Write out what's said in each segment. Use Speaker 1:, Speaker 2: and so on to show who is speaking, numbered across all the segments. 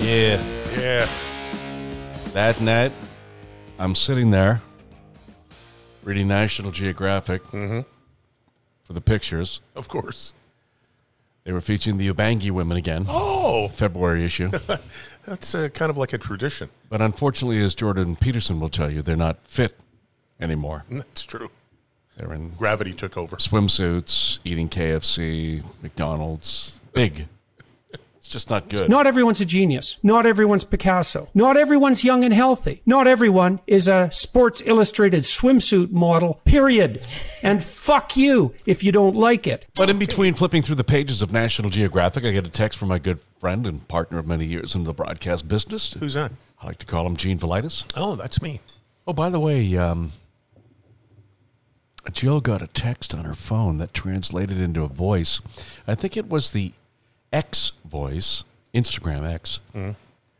Speaker 1: Yeah.
Speaker 2: Yeah.
Speaker 1: That night, I'm sitting there reading National Geographic for the pictures.
Speaker 2: Of course.
Speaker 1: They were featuring the Ubangi women again,
Speaker 2: Oh,
Speaker 1: February issue.
Speaker 2: that's uh, kind of like a tradition.
Speaker 1: but unfortunately, as Jordan Peterson will tell you, they're not fit anymore.
Speaker 2: That's true.
Speaker 1: They're in
Speaker 2: Gravity took over.
Speaker 1: swimsuits, eating KFC, McDonald's, big. It's just not good.
Speaker 3: Not everyone's a genius. Not everyone's Picasso. Not everyone's young and healthy. Not everyone is a Sports Illustrated swimsuit model, period. And fuck you if you don't like it.
Speaker 1: But in between flipping through the pages of National Geographic, I get a text from my good friend and partner of many years in the broadcast business.
Speaker 2: Who's that?
Speaker 1: I like to call him Gene Velitis.
Speaker 2: Oh, that's me.
Speaker 1: Oh, by the way, um, Jill got a text on her phone that translated into a voice. I think it was the X voice, Instagram X,
Speaker 2: Mm-hmm.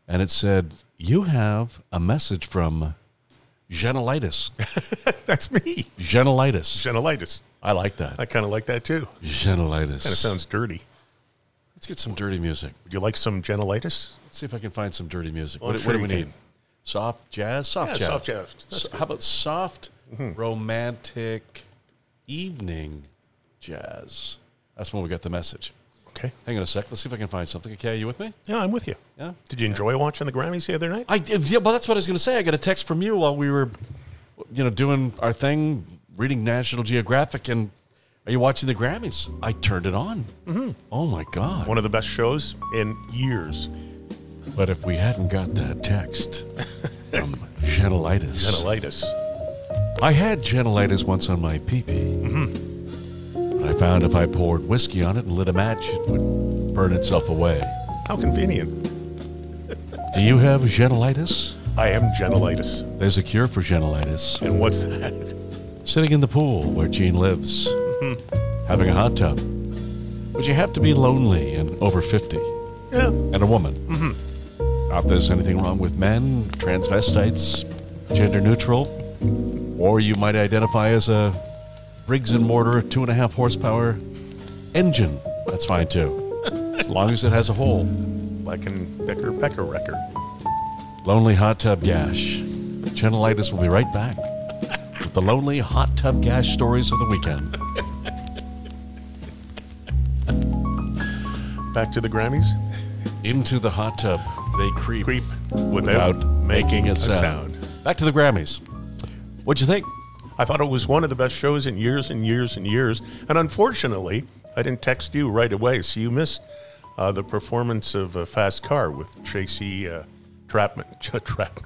Speaker 1: and it said, "You have a message from Genolitis."
Speaker 2: That's me.
Speaker 1: Genolitis.
Speaker 2: Genolitis.
Speaker 1: I like that.
Speaker 2: I kind of like that too.
Speaker 1: Genolitis.
Speaker 2: Kind of sounds dirty.
Speaker 1: Let's get some dirty music.
Speaker 2: Would you like some genolitis?
Speaker 1: Let's see if I can find some dirty music.
Speaker 2: Well,
Speaker 1: what
Speaker 2: I'm sure
Speaker 1: what do we
Speaker 2: you
Speaker 1: need?
Speaker 2: can.
Speaker 1: Soft jazz. Soft
Speaker 2: Yeah,
Speaker 1: jazz.
Speaker 2: soft jazz. That's Mm-hmm.
Speaker 1: So- how about soft, romantic, evening jazz? That's when we got the message.
Speaker 2: Okay.
Speaker 1: Hang on a sec. Let's see if I can find something. Okay, you with me?
Speaker 2: Yeah, I'm with you.
Speaker 1: Yeah.
Speaker 2: Did you enjoy watching the Grammys the other night?
Speaker 1: I did- yeah. Well, that's what I was going to say. I got a text from you while we were, you know, doing our thing, reading National Geographic, and are you watching the Grammys? I turned it on. Mm-hmm. Oh my god.
Speaker 2: One of the best shows in years.
Speaker 1: But if we hadn't got that text from Genolitis.
Speaker 2: Genolitis.
Speaker 1: I had Genolitis once on my pee pee. And I found if I poured whiskey on it and lit a match, it would burn itself away.
Speaker 2: How convenient.
Speaker 1: Do you have Genolitis?
Speaker 2: I am genolitis.
Speaker 1: There's a cure for Genolitis.
Speaker 2: And what's that?
Speaker 1: Sitting in the pool where Gene lives, having a hot tub. But you have to be lonely and over 50,
Speaker 2: Yeah.
Speaker 1: and a woman.
Speaker 2: Mm-hmm.
Speaker 1: Not that there's anything wrong with men, transvestites, gender neutral, or you might identify as a Briggs and Mortar two and a half horsepower engine. That's fine too, as long as it has a hole.
Speaker 2: Like in Becker Becker Wrecker.
Speaker 1: Lonely Hot Tub Gash. Channelitis will be right back with the Lonely Hot Tub Gash stories of the weekend.
Speaker 2: Back to the Grammys.
Speaker 1: Into the hot tub, they creep.
Speaker 2: Creep without, making a sound.
Speaker 1: Back to the Grammys. What'd you think?
Speaker 2: I thought it was one of the best shows in years and years and years. And unfortunately, I didn't text you right away, so you missed uh, the performance of uh, Fast Car with Tracy uh, Trapman. Ch- Trapman.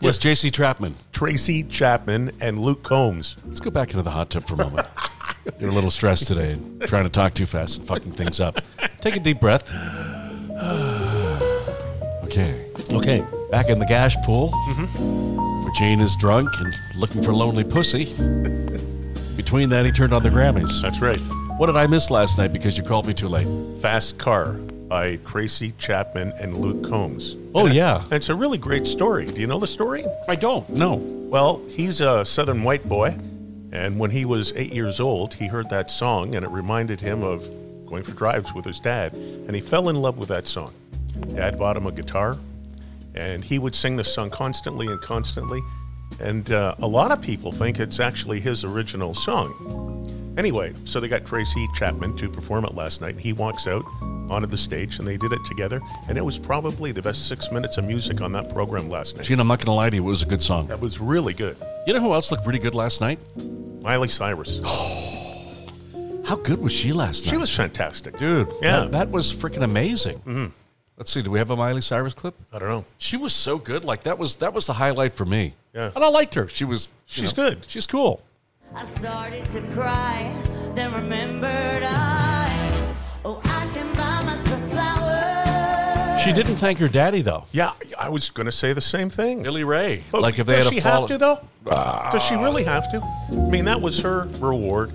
Speaker 1: Yes, J.C. Trapman.
Speaker 2: Tracy Chapman and Luke Combs.
Speaker 1: Let's go back into the hot tub for a moment. You're a little stressed today, and trying to talk too fast and fucking things up. Take a deep breath. Okay.
Speaker 2: Okay.
Speaker 1: Back in the gash pool,
Speaker 2: Mm-hmm.
Speaker 1: where Jane is drunk and looking for lonely pussy. Between that, he turned on the Grammys.
Speaker 2: That's right.
Speaker 1: What did I miss last night because you called me too late?
Speaker 2: Fast Car by Tracy Chapman and Luke Combs.
Speaker 1: Oh,
Speaker 2: And it-
Speaker 1: yeah.
Speaker 2: and it's a really great story. Do you know the story?
Speaker 1: I don't. No.
Speaker 2: Well, he's a southern white boy, and when he was eight years old, he heard that song, and it reminded him of going for drives with his dad, and he fell in love with that song. Dad bought him a guitar, and he would sing this song constantly and constantly, and uh, a lot of people think it's actually his original song. Anyway, so they got Tracy Chapman to perform it last night. He walks out onto the stage, and they did it together, and it was probably the best six minutes of music on that program last night.
Speaker 1: Gene, I'm not going to lie to you. It was a good song.
Speaker 2: That was really good.
Speaker 1: You know who else looked pretty good last night?
Speaker 2: Miley Cyrus.
Speaker 1: Oh, How good was she last night?
Speaker 2: She was fantastic.
Speaker 1: Dude,
Speaker 2: Yeah. Mm-hmm.
Speaker 1: that, that was freaking amazing. Let's see, do we have a Miley Cyrus clip?
Speaker 2: I don't know.
Speaker 1: She was so good. Like that was that was the highlight for me.
Speaker 2: Yeah.
Speaker 1: and I liked her. She was you
Speaker 2: She's
Speaker 1: know,
Speaker 2: good.
Speaker 1: She's cool.
Speaker 4: I started to cry, then remembered I, oh, I can buy myself flowers.
Speaker 1: She didn't thank her daddy though.
Speaker 2: Yeah, I was going to say the same thing.
Speaker 1: Billy Ray.
Speaker 2: But
Speaker 1: like if they
Speaker 2: does
Speaker 1: had a Ah.
Speaker 2: she
Speaker 1: fall-
Speaker 2: have to though? does she really have to? I mean, that was her reward.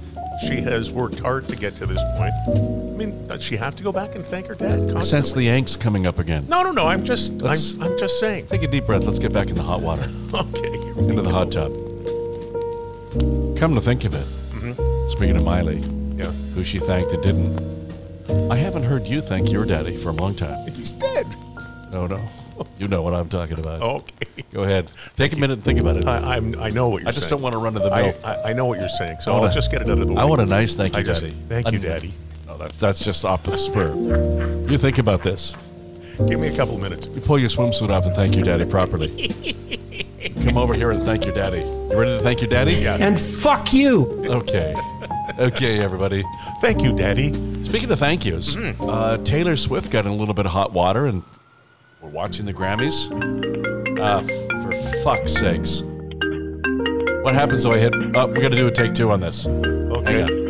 Speaker 2: She has worked hard to get to this point. I mean, does she have to go back and thank her dad?
Speaker 1: I sense
Speaker 2: Constantly?
Speaker 1: the angst coming up again.
Speaker 2: No, no, no. I'm just,
Speaker 1: Let's-
Speaker 2: I'm, I'm just saying.
Speaker 1: Take a deep breath. Let's get back in the hot water.
Speaker 2: Okay. here we
Speaker 1: Into
Speaker 2: go.
Speaker 1: the hot tub. Come to think of it, speaking of Miley,
Speaker 2: Yeah.
Speaker 1: who she thanked and didn't, I haven't heard you thank your daddy for a long time.
Speaker 2: He's dead.
Speaker 1: No, no. You know what I'm talking about.
Speaker 2: Okay.
Speaker 1: Go ahead. Take a minute and think about it.
Speaker 2: I, I'm, I know what you're saying.
Speaker 1: I just don't want to run to the
Speaker 2: I,
Speaker 1: mill.
Speaker 2: I, I know what you're saying, so
Speaker 1: I wanna-
Speaker 2: I'll just get it out of the way.
Speaker 1: I want a nice thank you,
Speaker 2: I just-
Speaker 1: Daddy.
Speaker 2: Thank you,
Speaker 1: A-
Speaker 2: Daddy.
Speaker 1: No, that, that's just off the spur. You think about this.
Speaker 2: Give me a couple minutes.
Speaker 1: You pull your swimsuit off and thank your daddy properly. Come over here and thank your daddy. You ready to thank your daddy?
Speaker 2: Yeah.
Speaker 3: And fuck you.
Speaker 1: Okay. Okay, everybody.
Speaker 2: Thank you, Daddy.
Speaker 1: Speaking of thank yous,
Speaker 2: Mm-hmm.
Speaker 1: uh, Taylor Swift got in a little bit of hot water, and we're watching the Grammys. Uh, f- for fuck's sakes! What happens if I hit? Uh, we're gonna do a take two on this.
Speaker 2: Okay.
Speaker 1: Hang on.